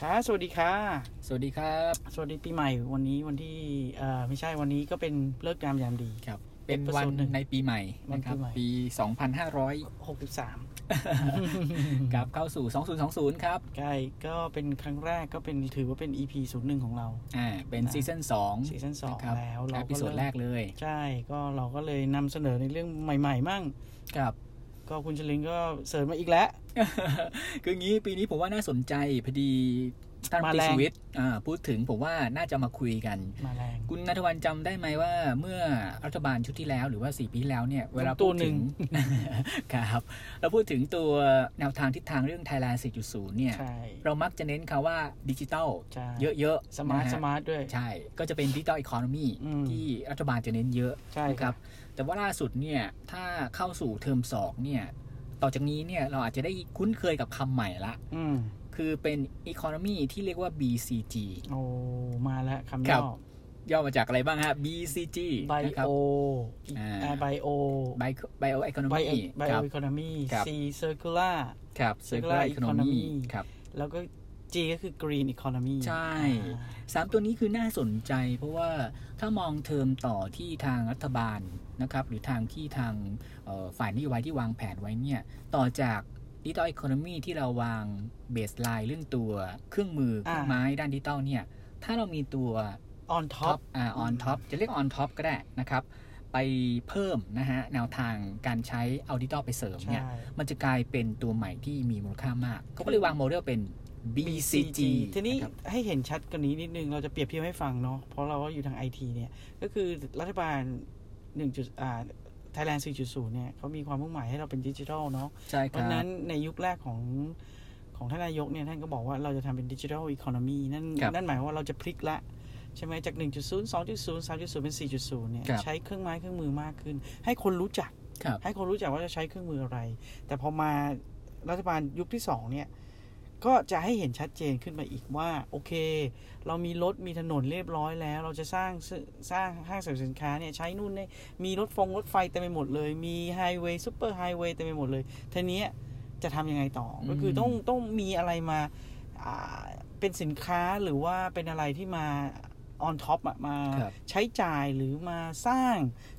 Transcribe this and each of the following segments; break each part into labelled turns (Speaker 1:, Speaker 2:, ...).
Speaker 1: ค่ะสวัสดีค่ะ
Speaker 2: สวัสดีครับ
Speaker 1: สวัสดีปีใหม่วันนี้วันที่เอ่อไม่ใช่วันนี้ก็เป็นเลิกษ์ยามยามดี
Speaker 2: ครับ เป็นวัน
Speaker 1: episode หนึ่ง
Speaker 2: ในปีใหม่นะครับ
Speaker 1: วันปีใหม่
Speaker 2: ปี 2500
Speaker 1: 63
Speaker 2: ครับ เข้าสู่ 2020 ครับ
Speaker 1: ใกล้ก็เป็นครั้งแรกก็เป็นถือว่าเป็น EP ศูนย์หนึ่งของเรา
Speaker 2: อ่า เป็นซีซั่น2
Speaker 1: ซีซั่นสอง
Speaker 2: ครับ
Speaker 1: แล้วเราก็
Speaker 2: เอพิโซด
Speaker 1: เริ่ม
Speaker 2: แรกเลย
Speaker 1: ใช่ก็เราก็เลยนำเสนอในเรื่องใหม่ๆ มั่ง
Speaker 2: ครับ
Speaker 1: ก็คุณชลินก็เสริมมาอีกแล้ว
Speaker 2: คืองี้ปีนี้ผมว่าน่าสนใจพอดีท่าน
Speaker 1: มา
Speaker 2: ปี
Speaker 1: แรง
Speaker 2: ชีวิตอ่าพูดถึงผมว่าน่าจะมาคุยกัน
Speaker 1: มาแรง
Speaker 2: คุณนัทวันจำได้ไหมว่าเมื่อรัฐบาลชุดที่แล้วหรือว่า 4 ปีที่แล้วเนี่ยเวลา
Speaker 1: ตั
Speaker 2: พู
Speaker 1: ว
Speaker 2: ด
Speaker 1: หนึ่
Speaker 2: ถึ
Speaker 1: ง
Speaker 2: ง ครับเราพูดถึงตัวแนวทางทิศทางเรื่อง Thailand 4.0 เนี่ย
Speaker 1: ใช่
Speaker 2: เรามักจะเน้นคำว่าดิจิตอล
Speaker 1: ใช่
Speaker 2: เยอะๆ
Speaker 1: สมาร์ท
Speaker 2: นะฮะ
Speaker 1: สมาร์ทด้วย
Speaker 2: ใช่ ก็จะเป็นดิจิตอลอีโคโนมี
Speaker 1: อืม
Speaker 2: ที่รัฐบาลจะเน้นเยอะ
Speaker 1: ใช่
Speaker 2: นะครับ แต่ว่าล่าสุดเนี่ย ถ้าเข้าสู่เทอมสองเนี่ย ต่อจากนี้เนี่ย เราอาจจะได้คุ้นเคยกับคำใหม่ละ
Speaker 1: อืม
Speaker 2: คือเป็น Economy ที่เรียกว่า BCG
Speaker 1: โอ้มาแล้วคำ
Speaker 2: ค
Speaker 1: ย่
Speaker 2: รั
Speaker 1: อบ
Speaker 2: ย่อมาจากอะไรบ้างฮะ BCG
Speaker 1: ไบ
Speaker 2: นะครับ
Speaker 1: โอ
Speaker 2: อ่า
Speaker 1: ไบโอ
Speaker 2: Bio Bio
Speaker 1: ไบ
Speaker 2: Economy
Speaker 1: โอ
Speaker 2: ครับ
Speaker 1: อีโคโนมี
Speaker 2: ครับ
Speaker 1: ซีเซอร์คูล่า
Speaker 2: ครับ Circular
Speaker 1: Circular
Speaker 2: Economy
Speaker 1: Economy
Speaker 2: ครับ
Speaker 1: แล้วก็ G ก็คือ Green Economy
Speaker 2: ใช่
Speaker 1: อ่า
Speaker 2: สามตัวนี้คือน่าสนใจ เพราะว่าถ้ามองเทอมต่อที่ทางรัฐบาลนะครับ หรือทางที่ทางเอ่อฝ่ายนโยบายที่วางแผนไว้เนี่ย ต่อจากดิจิตอลอีโคโนมีที่เราวางเบสไลน์เรื่องตัวเครื่องมือเครื่องไม้ด้านดิจิตอลเนี่ย ถ้าเรามีตัว
Speaker 1: On top
Speaker 2: อ่าออนท็อปจะเรียกออนท็อปก็ได้นะครับ ไปเพิ่มนะฮะ แนวทางการใช้เอาดิจิตอลไปเสริม
Speaker 1: ใช่
Speaker 2: เนี่ย มันจะกลายเป็นตัวใหม่ที่มีมูลค่ามาก เขาก็เลยวางโมเดลเป็น BCG
Speaker 1: ทีนี้
Speaker 2: ะครับ
Speaker 1: ให้เห็นชัดกว่านี้นิดนึง เราจะเปรียบเทียบให้ฟังเนาะเพราะเราก็อยู่ทางไอทีเนี่ย ก็คือรัฐบาล1จุดอ่า Thailand 4.0 เนี่ยเขามีความมุ่งหมายให้เราเป็นดิจิทัลเนาะ
Speaker 2: ใช่
Speaker 1: เพ
Speaker 2: ครั
Speaker 1: ราะฉะ
Speaker 2: บ
Speaker 1: นั้นในยุคแรกของของท่านนายกเนี่ย ท่านก็บอกว่าเราจะทำเป็นดิจิทัลอีโคโนมีนั่น
Speaker 2: ครับ
Speaker 1: นั่นหมายความว่าเราจะพลิกละ ใช่ไหมจาก 1.0 2.0 3.0 เป็น 4.0 เนี่ย
Speaker 2: ครับ
Speaker 1: ใช้เครื่องไม้เครื่องมือมากขึ้น ให้คนรู้จัก
Speaker 2: ครับ
Speaker 1: ให้คนรู้จักว่าจะใช้เครื่องมืออะไร แต่พอมารัฐบาลยุคที่สองเนี่ย ก็จะให้เห็นชัดเจนขึ้นมาอีกว่า โอเค เรามีรถมีถนนเรียบร้อยแล้ว เราจะสร้างสร้างห้างสรรพสินค้าเนี่ยใช้นู่นได้มีรถฟงรถไฟเต็มไปหมดเลย มีไฮเวย์ซูเปอร์ไฮเวย์เต็มไปหมดเลยทีเนี้ยจะทำยังไงต่ออ
Speaker 2: ม
Speaker 1: ก็คือต้องต้องมีอะไรมาอ่าเป็นสินค้าหรือว่าเป็นอะไรที่มาออนท็อปมา
Speaker 2: ครับ
Speaker 1: ใช้จ่ายหรือมาสร้าง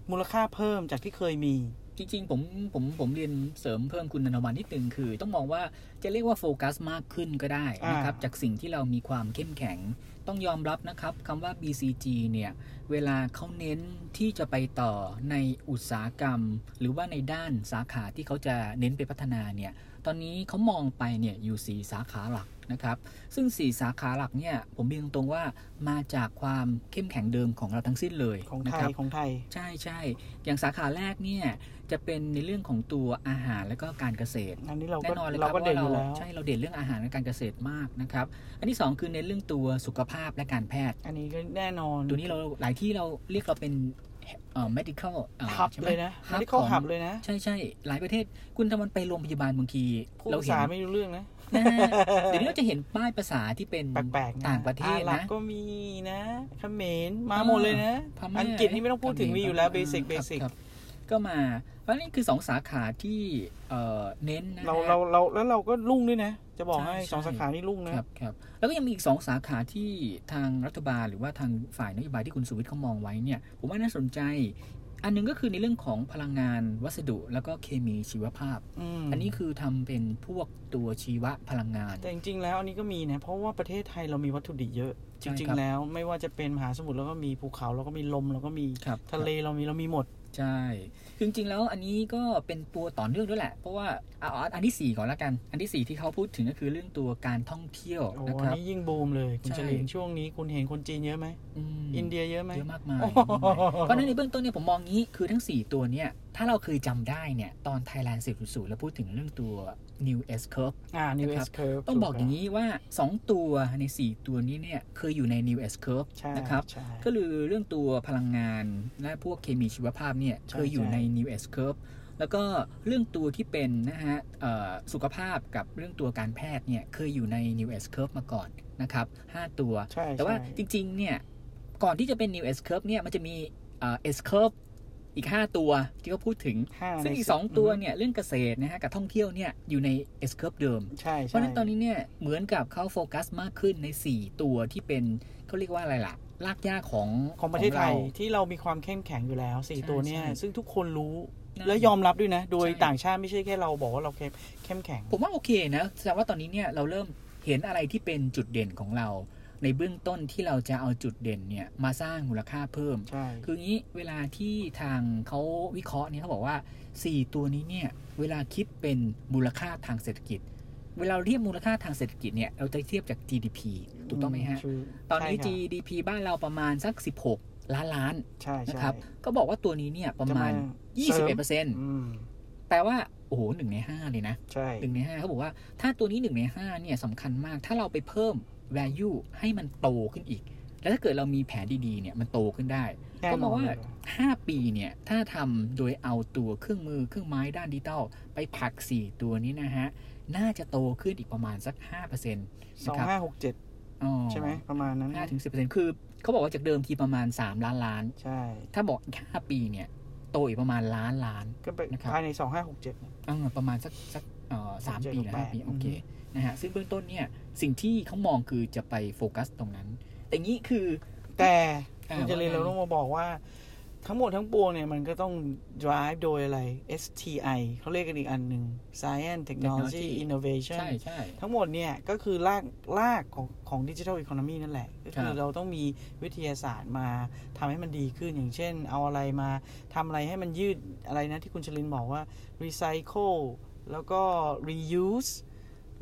Speaker 1: มูลค่าเพิ่มจากที่เคยมี
Speaker 2: จริงๆ ผมผมผมเรียนเสริมเพิ่มคุณนันทวันนิดนึงคือ ต้องมองว่าจะเรียกว่าโฟกัสมากขึ้นก็ได้นะครับ
Speaker 1: อ่า
Speaker 2: จากสิ่งที่เรามีความเข้มแข็ง ต้องยอมรับนะครับคำว่า BCG เนี่ย เวลาเขาเน้นที่จะไปต่อในอุตสาหกรรม หรือว่าในด้านสาขาที่เขาจะเน้นไปพัฒนาเนี่ย ตอนนี้เขามองไปเนี่ยอยู่ 4 สาขาหลักนะครับ ซึ่ง 4 สาขาหลักเนี่ย ผมเรียนตรงๆว่ามาจากความเข้มแข็งเดิมของเราทั้งสิ้นเลย
Speaker 1: ของ
Speaker 2: นะ
Speaker 1: ไทย
Speaker 2: ครับ
Speaker 1: ของไทย
Speaker 2: ใช่ใช่ อย่างสาขาแรกเนี่ยจะเป็นในเรื่องของตัวอาหารและก็การเกษตร
Speaker 1: อันนี้เรา
Speaker 2: แน่
Speaker 1: ก็
Speaker 2: นอนเลยค
Speaker 1: เรา
Speaker 2: รับ
Speaker 1: ก็
Speaker 2: ว่า
Speaker 1: เด่นอ
Speaker 2: เรา
Speaker 1: ยู่แล้ว
Speaker 2: ใช่เราเด่นเรื่องอาหารและการเกษตรมากนะครับ อันที่สองคือเน้นเรื่องตัวสุขภาพและการแพทย์
Speaker 1: อันนี้ก็แน่นอน
Speaker 2: ตัวนี้เราหลายที่เราเรียกเราเป็นเอ่อ medical อ่อ
Speaker 1: หับ
Speaker 2: ใช่ไหม
Speaker 1: เลยนะ
Speaker 2: hub
Speaker 1: ไม่ได้เข้า
Speaker 2: ของ
Speaker 1: หับเลยนะ
Speaker 2: ใช่ใช่หลายประเทศคุณทำมันไปโรงพยาบาลบางที
Speaker 1: ผู้
Speaker 2: เรา
Speaker 1: ภา
Speaker 2: เห็น
Speaker 1: ษาไม่รู้เรื่องนะ
Speaker 2: นะฮะเดี๋ยวนี้เราจะเห็นป้ายภาษาที่เป็น
Speaker 1: แปลกๆน
Speaker 2: ต่างประเทศ
Speaker 1: อาหรับ
Speaker 2: นะ
Speaker 1: ก็มีนะเขมรมา
Speaker 2: อ่า
Speaker 1: หมดเลยนะ
Speaker 2: พม่า
Speaker 1: อังกฤษนี่ไม่ต้องพูดถึงมีอยู่แล้วเบสิก
Speaker 2: ค
Speaker 1: เบ
Speaker 2: รับ
Speaker 1: สิก
Speaker 2: ครับก็มา เพราะนี่คือสองสาขาที่เอ่อเน้นนะฮะ
Speaker 1: เราเราเราแล้วเราก็รุ่งด้วยนะ จะบอกให้
Speaker 2: ใช่ใช่
Speaker 1: สองสาขานี่รุ่งนะครับ
Speaker 2: ครับแล้วก็ยังมีอีกสองสาขาที่ทางรัฐบาลหรือว่าทางฝ่ายนโยบายที่คุณสุวิทย์เขามองไว้เนี่ย ผมว่าน่าสนใจ อันหนึงก็คือในเรื่องของพลังงานวัสดุแล้วก็เคมีชีวภาพ
Speaker 1: ม
Speaker 2: อันนี้คือทำเป็นพวกตัวชีวพลังงาน
Speaker 1: แต่จริงๆแล้วอันนี้ก็มีนะ เพราะว่าประเทศไทยเรามีวัตถุดิบเยอะ จ
Speaker 2: ใช่
Speaker 1: ริง
Speaker 2: ครับ
Speaker 1: ๆ แล้วไม่ว่าจะเป็นมหาสมุทรเราก็มีภูเขาเราก็มีลมเราก็มี
Speaker 2: ครับ
Speaker 1: ทะเลเรามีเรามีหมด
Speaker 2: ใช่คือจริงๆ แล้วอันนี้ก็เป็นตัวต่อเนื่องด้วยแหละ เพราะว่าเอาเอาอันที่สี่ก่อนละกัน อันที่สี่ที่เขาพูดถึงก็คือเรื่องตัวการท่องเที่ยว
Speaker 1: โอ้
Speaker 2: นะ
Speaker 1: อั
Speaker 2: ค
Speaker 1: น
Speaker 2: รับ
Speaker 1: นี้ยิ่งบูมเลยคุณ
Speaker 2: ใช่
Speaker 1: เฉลิมช่วงนี้คุณเห็นคนจีนเยอะไหม
Speaker 2: ม
Speaker 1: อินเดียเยอะไหม
Speaker 2: เยอะมากมาย
Speaker 1: โอ้โห
Speaker 2: เพราะฉะนั้นในเบื้องต้นเนี่ยผมมองงี้คือทั้ง 4 ตัวเนี่ย ถ้าเราเคยจำได้เนี่ย ตอน Thailand 10.0แล้วพูดถึงเรื่องตัว New S Curve
Speaker 1: อ่า new
Speaker 2: นะครั
Speaker 1: S
Speaker 2: บ
Speaker 1: curve
Speaker 2: ต้องบอกอย่างนี้ว่า 2 ตัวใน 4 ตัวนี้เนี่ยเคยอยู่ใน New S Curve
Speaker 1: ใช่
Speaker 2: นะครับ
Speaker 1: ใช่
Speaker 2: ก็คือเรื่องตัวพลังงานและพวกเคมีชีวภาพเนี่ย
Speaker 1: ใช่
Speaker 2: เคยอยู่
Speaker 1: ใช่
Speaker 2: ใน New S Curve แล้วก็เรื่องตัวที่เป็นนะฮะเอ่อสุขภาพกับเรื่องตัวการแพทย์เนี่ยเคยอยู่ใน New S Curve มาก่อนนะครับ 5 ตัว
Speaker 1: ใช่
Speaker 2: แต่ว่า
Speaker 1: ใช่
Speaker 2: จริงๆเนี่ยก่อนที่จะเป็น New S Curve เนี่ยมันจะมีเอ่อ S Curve อีก 5 ตัวที่เขาพูดถึง
Speaker 1: ห้า
Speaker 2: ซึ่ง
Speaker 1: ใน
Speaker 2: อีก
Speaker 1: บ
Speaker 2: 2 ตัวเนี่ยเรื่องเกษตรนะฮะกับท่องเที่ยวเนี่ยอยู่ใน S curve เดิม
Speaker 1: ใช่
Speaker 2: เพ
Speaker 1: ใช่
Speaker 2: ราะฉะนั้นตอนนี้เนี่ยเหมือนกับเขาโฟกัสมากขึ้นใน 4 ตัวที่เป็นเขาเรียกว่าอะไรล่ะรากหญ้าของ
Speaker 1: ของประเทศไทย
Speaker 2: ของา
Speaker 1: ที่เรามีความเข้มแข็งอยู่แล้วสี่
Speaker 2: ใช่
Speaker 1: ตัวเนี่ย
Speaker 2: ใช่
Speaker 1: ซึ่งทุกคนรู้
Speaker 2: นะ
Speaker 1: และยอมรับด้วยนะ โดย
Speaker 2: ใช่
Speaker 1: ต่างชาติไม่ใช่แค่เราบอกว่าเราเข้มเข้มแข็ง
Speaker 2: ผมว่าโอเคนะแสดงว่าตอนนี้เนี่ยเราเริ่มเห็นอะไรที่เป็นจุดเด่นของเรา ในเบื้องต้นที่เราจะเอาจุดเด่นเนี่ยมาสร้างมูลค่าเพิ่ม
Speaker 1: ใช่
Speaker 2: คืองี้เวลาที่ทางเขาวิเคราะห์เนี่ยเขาบอกว่า 4 ตัวนี้เนี่ยเวลาคิดเป็นมูลค่าทางเศรษฐกิจ เวลาเรียกมูลค่าทางเศรษฐกิจเนี่ยเราจะเทียบจาก GDP ถูกต้องไหมฮะ
Speaker 1: คือ
Speaker 2: ตอนนี้
Speaker 1: ใช่ครับ
Speaker 2: GDP บ้านเราประมาณสัก 16 ล้านล้าน
Speaker 1: ใช่
Speaker 2: นะ
Speaker 1: ใช่
Speaker 2: ครับ ก็บอกว่าตัวนี้เนี่ยประมาณ
Speaker 1: จ
Speaker 2: 21%
Speaker 1: อืม
Speaker 2: แปลว่าโอ้โหหนึ่งในห้าเลยนะ
Speaker 1: ใช่
Speaker 2: หนึ่งในห้าเขาบอกว่าถ้าตัวนี้หนึ่งในห้าเนี่ยสำคัญมาก ถ้าเราไปเพิ่ม value ให้มันโตขึ้นอีก แล้วถ้าเกิดเรามีแผนดีๆเนี่ยมันโตขึ้นได้
Speaker 1: แน่
Speaker 2: ก็
Speaker 1: น
Speaker 2: มอง
Speaker 1: น
Speaker 2: ว่า
Speaker 1: เลย
Speaker 2: 5 ปีเนี่ยถ้าทำโดยเอาตัวเครื่องมือเครื่องไม้ด้านดิจิตอลไปผลัก 4 ตัวนี้นะฮะ น่าจะโตขึ้นอีกประมาณสัก 5%
Speaker 1: สองห้าหกเจ็ด
Speaker 2: อ๋อ
Speaker 1: ใช่ไหมประมาณนั้น
Speaker 2: ห้าถึงสิบเปอร์เซ็นต์คือเขาบอกว่าจากเดิมทีประมาณ 3 ล้านล้าน
Speaker 1: ใช่
Speaker 2: ถ้าบอกอีกห้าปีเนี่ยโตอีกประมาณล้านล้าน
Speaker 1: ก็ไป
Speaker 2: นะครับ
Speaker 1: ภายในสองห้าหกเจ็ด
Speaker 2: อ่าประมาณสักสักเอ่อสาม
Speaker 1: เจ็ด
Speaker 2: ปี
Speaker 1: หก
Speaker 2: หรือ
Speaker 1: แปด
Speaker 2: ห้าปี
Speaker 1: อื
Speaker 2: โอ
Speaker 1: ม
Speaker 2: เคนะฮะซึ่งเบื้องต้นเนี่ย สิ่งที่เขามองคือจะไปโฟกัสตรงนั้น แต่งี้คือ
Speaker 1: แต่
Speaker 2: อ่า
Speaker 1: คุณเจริญ
Speaker 2: ว่าไง
Speaker 1: เราต้องมาบอกว่า ทั้งหมดทั้งปวงเนี่ยมันก็ต้อง drive โดยอะไร STI เขาเรียกกันอีกอันหนึ่ง Science Technology Innovation
Speaker 2: ใช่ใช่
Speaker 1: ทั้งหมดเนี่ยก็คือลากลากของของดิจิทัลอีโคโนมีนั่นแหละ ก็คื
Speaker 2: ค
Speaker 1: อ
Speaker 2: รับ
Speaker 1: เราต้องมีวิทยาศาสตร์มาทำให้มันดีขึ้นอย่างเช่น เอาอะไรมาทำอะไรให้มันยืดอะไรนะที่คุณชลินบอกว่า recycle แล้วก็ reuse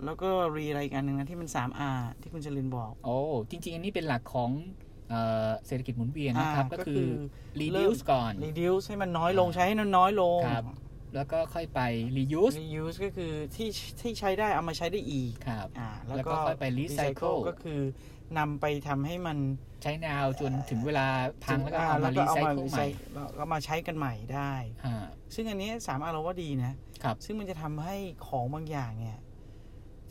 Speaker 1: แล้วก็ re อะไรอีกอันหนึ่งนะที่มัน 3R ที่คุณชลินบอก
Speaker 2: โอ้จริง ๆ อันนี้เป็นหลักของเอ่อเศรษฐกิจหมุนเวียน
Speaker 1: อ่า
Speaker 2: นะครับ ก็คือ
Speaker 1: เริ่ม
Speaker 2: reduce ก่อน
Speaker 1: reduce ให้มันน้อยลงใช้ให้มันน้อยลง
Speaker 2: ครับ แล้วก็ค่อยไป reuse
Speaker 1: reuse ก็คือที่ที่ใช้ได้เอามาใช้ได้อีก
Speaker 2: ครับ
Speaker 1: อ่าแล้ว
Speaker 2: แล้ว
Speaker 1: ก็
Speaker 2: ก็ค่อยไป recycle
Speaker 1: ก็คือนำไปทำให้มัน
Speaker 2: ใช้นาวจนถึงเวลาพังแล้วก็เอามา
Speaker 1: แล้ว
Speaker 2: recycle ใหม่
Speaker 1: recycle แล้วก็มาใช้กันใหม่ได้
Speaker 2: อ่า
Speaker 1: ซึ่งอันนี้สามารถเราว่าดีนะ
Speaker 2: ครับ
Speaker 1: ซึ่งมันจะทำให้ของบางอย่างเนี่ย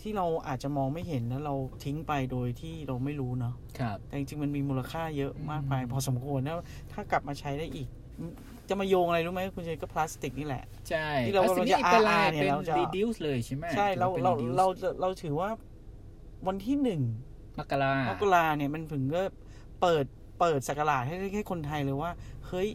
Speaker 1: ที่เราอาจจะมองไม่เห็นแล้วเราทิ้งไปโดยที่เราไม่รู้เนาะ
Speaker 2: ครับ
Speaker 1: แต่จริงๆมันมีมูลค่าเยอะมากไป
Speaker 2: อืม
Speaker 1: พอสมควรแล้วถ้ากลับมาใช้ได้อีก จะมาโยงอะไรรู้ไหมคุณเจก็พลาสติกนี่แหละ
Speaker 2: ใช่
Speaker 1: ที่เรา
Speaker 2: แล้วสิ่งที่
Speaker 1: เราจะ
Speaker 2: เป็นลาย
Speaker 1: RR เนี่ย
Speaker 2: เป็น
Speaker 1: เราจะ
Speaker 2: reduce เลยใช่ไหม
Speaker 1: ใช่เรา
Speaker 2: ถือว่
Speaker 1: เรา
Speaker 2: ป็น reduce
Speaker 1: เราจะเราถือว่าวันที่หนึ่ง
Speaker 2: มกราม
Speaker 1: กราเนี่ยมันถึงก็เปิดเปิดสักราชให้ให้คนไทยเลยว่า เฮ้ย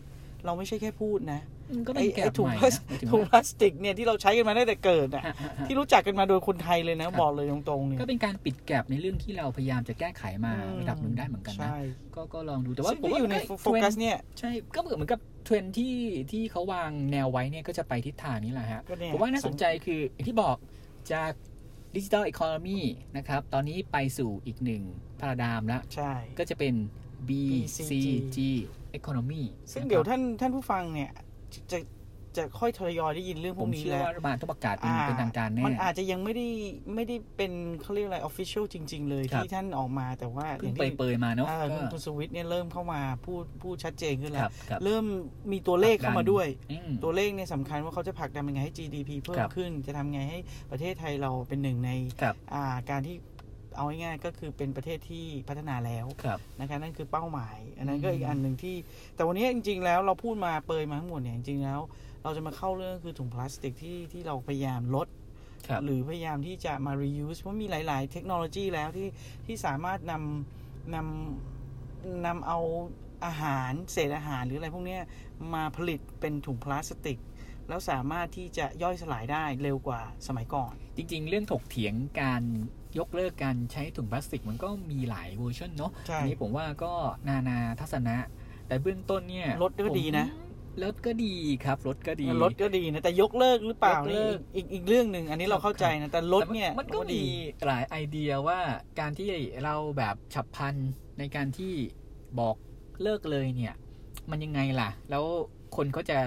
Speaker 1: เราไม่ใช่แค่พูดนะ
Speaker 2: มันก็เป็
Speaker 1: ไอ้
Speaker 2: นแกะ
Speaker 1: ไอ้ถุง
Speaker 2: ใหม่
Speaker 1: พลาส
Speaker 2: นะถึง
Speaker 1: ถุง
Speaker 2: ว่า
Speaker 1: พลาสติกเนี่ยที่เราใช้กันมาตั้งแต่เกิด อ่ะ
Speaker 2: ฮะฮะฮะ
Speaker 1: ที่รู้จักกันมาโดยคนไทยเลยนะ
Speaker 2: ครับ
Speaker 1: บอกเลยตรงๆเนี่ย
Speaker 2: ก็เป็นการปิดแกลบในเรื่องที่เราพยายามจะแก้ไขมา
Speaker 1: อืม
Speaker 2: ระดับหนึ่งได้เหมือนกันนะ
Speaker 1: ใช่
Speaker 2: ก็ก็ลองดูแต่ว่า
Speaker 1: ซึ่ง
Speaker 2: ผม
Speaker 1: ที่
Speaker 2: ว่า
Speaker 1: อยู่ใน
Speaker 2: ก็
Speaker 1: โฟกัส
Speaker 2: เทรนด์
Speaker 1: เนี่ย
Speaker 2: ใช่ก็เหมือนกับเทรนด์ที่ที่เขาวางแนวไว้เนี่ยก็จะไปทิศทางนี้แหละฮะ
Speaker 1: ก็เนี่ย
Speaker 2: ผมว่าน่าสนใจคืออย่างที่บอกจากดิจิ t a ลอี o n o m y นะครับ ตอนนี้ไปสู่อีกหนึ่งพาราดามแล้ว
Speaker 1: ใช่
Speaker 2: ก็จะเป็น BCG
Speaker 1: BCG
Speaker 2: Economy
Speaker 1: ซึ่งเดี๋ยวท่านท่านผู้ฟังเนี่ย จะจะจะค่อยทยอยได้ยินเรื่องพ
Speaker 2: ผ
Speaker 1: ว
Speaker 2: ม
Speaker 1: กนี้
Speaker 2: เชื่อ
Speaker 1: แล้ว
Speaker 2: ว่ารัฐบาลต้องประกาศเป็น
Speaker 1: อ่า
Speaker 2: เป็นทางการแน่
Speaker 1: มันอาจจะยังไม่ได้ไม่ได้เป็นเขาเรียกอะไรออฟฟิเชียลจริง ๆ เลย
Speaker 2: ครับ
Speaker 1: ที่ท่านออกมาแต่ว่าอ
Speaker 2: เพิ่ง
Speaker 1: ย่าง
Speaker 2: เป
Speaker 1: ที่
Speaker 2: รยๆมาเนาะ
Speaker 1: เอ่อ
Speaker 2: ก็
Speaker 1: คุณคุณสวิตเนี่ยเริ่มเข้ามาพูดพูดชัดเจนขึ้นแล้ว
Speaker 2: ครับครับ
Speaker 1: เริ่มมีตัวเลขเข้ามาด้วย
Speaker 2: อืม
Speaker 1: ตัวเลขเนี่ยสำคัญว่าเขาจะผลักดันยังไงให้ GDP เพิ่
Speaker 2: ครั
Speaker 1: ม
Speaker 2: บ
Speaker 1: ขึ้น จะทำไงให้ประเทศไทยเราเป็นหนึ่งใน
Speaker 2: ครับ
Speaker 1: อ่าการที่เอาง่ายๆก็คือเป็นประเทศที่พัฒนาแล้ว
Speaker 2: ครับ
Speaker 1: นะคะนั่นคือเป้าหมาย อันนั้นก็
Speaker 2: อืม
Speaker 1: อีกอันหนึ่งที่ แต่วันนี้จริง ๆ แล้วเราพูดมาเปรยมาทั้งหมดเนี่ยจริงๆแล้ว เราจะมาเข้าเรื่องคือถุงพลาสติกที่ที่เราพยายามลด
Speaker 2: ครับ
Speaker 1: หรือพยายามที่จะมา reuse เพราะมีหลาย ๆ เทคโนโลยีแล้วที่ที่สามารถนำนำนำเอาอาหารเศษอาหารหรืออะไรพวกเนี้ยมาผลิตเป็นถุงพลาสติก แล้วสามารถที่จะย่อยสลายได้เร็วกว่าสมัยก่อน
Speaker 2: จริงๆ เรื่องถกเถียงการยกเลิกการใช้ถุงพลาสติกมันก็มีหลายเวอร์ชันเนาะ
Speaker 1: ใช่
Speaker 2: อันนี้ผมว่าก็นานาทัศนะ แต่เบื้องต้นเนี่ย
Speaker 1: ลดก็ดีนะ
Speaker 2: ผมลดก็ดีครับลดก็ดี
Speaker 1: ลดก็ดีนะ แต่ยกเลิกหรือเปล่าย
Speaker 2: กเลิ
Speaker 1: นี่
Speaker 2: ก
Speaker 1: อีกอีกเรื่องหนึ่งอันนี้เราเข้า
Speaker 2: ครับ
Speaker 1: ใจนะ แต่ลด
Speaker 2: แต่มั
Speaker 1: เนี่ย
Speaker 2: มันก็
Speaker 1: ว่า
Speaker 2: มี
Speaker 1: ดี
Speaker 2: หลายไอเดียว่าการที่เราแบบฉับพลันในการที่บอกเลิกเลยเนี่ย มันยังไงล่ะ แล้วคนเขาจะ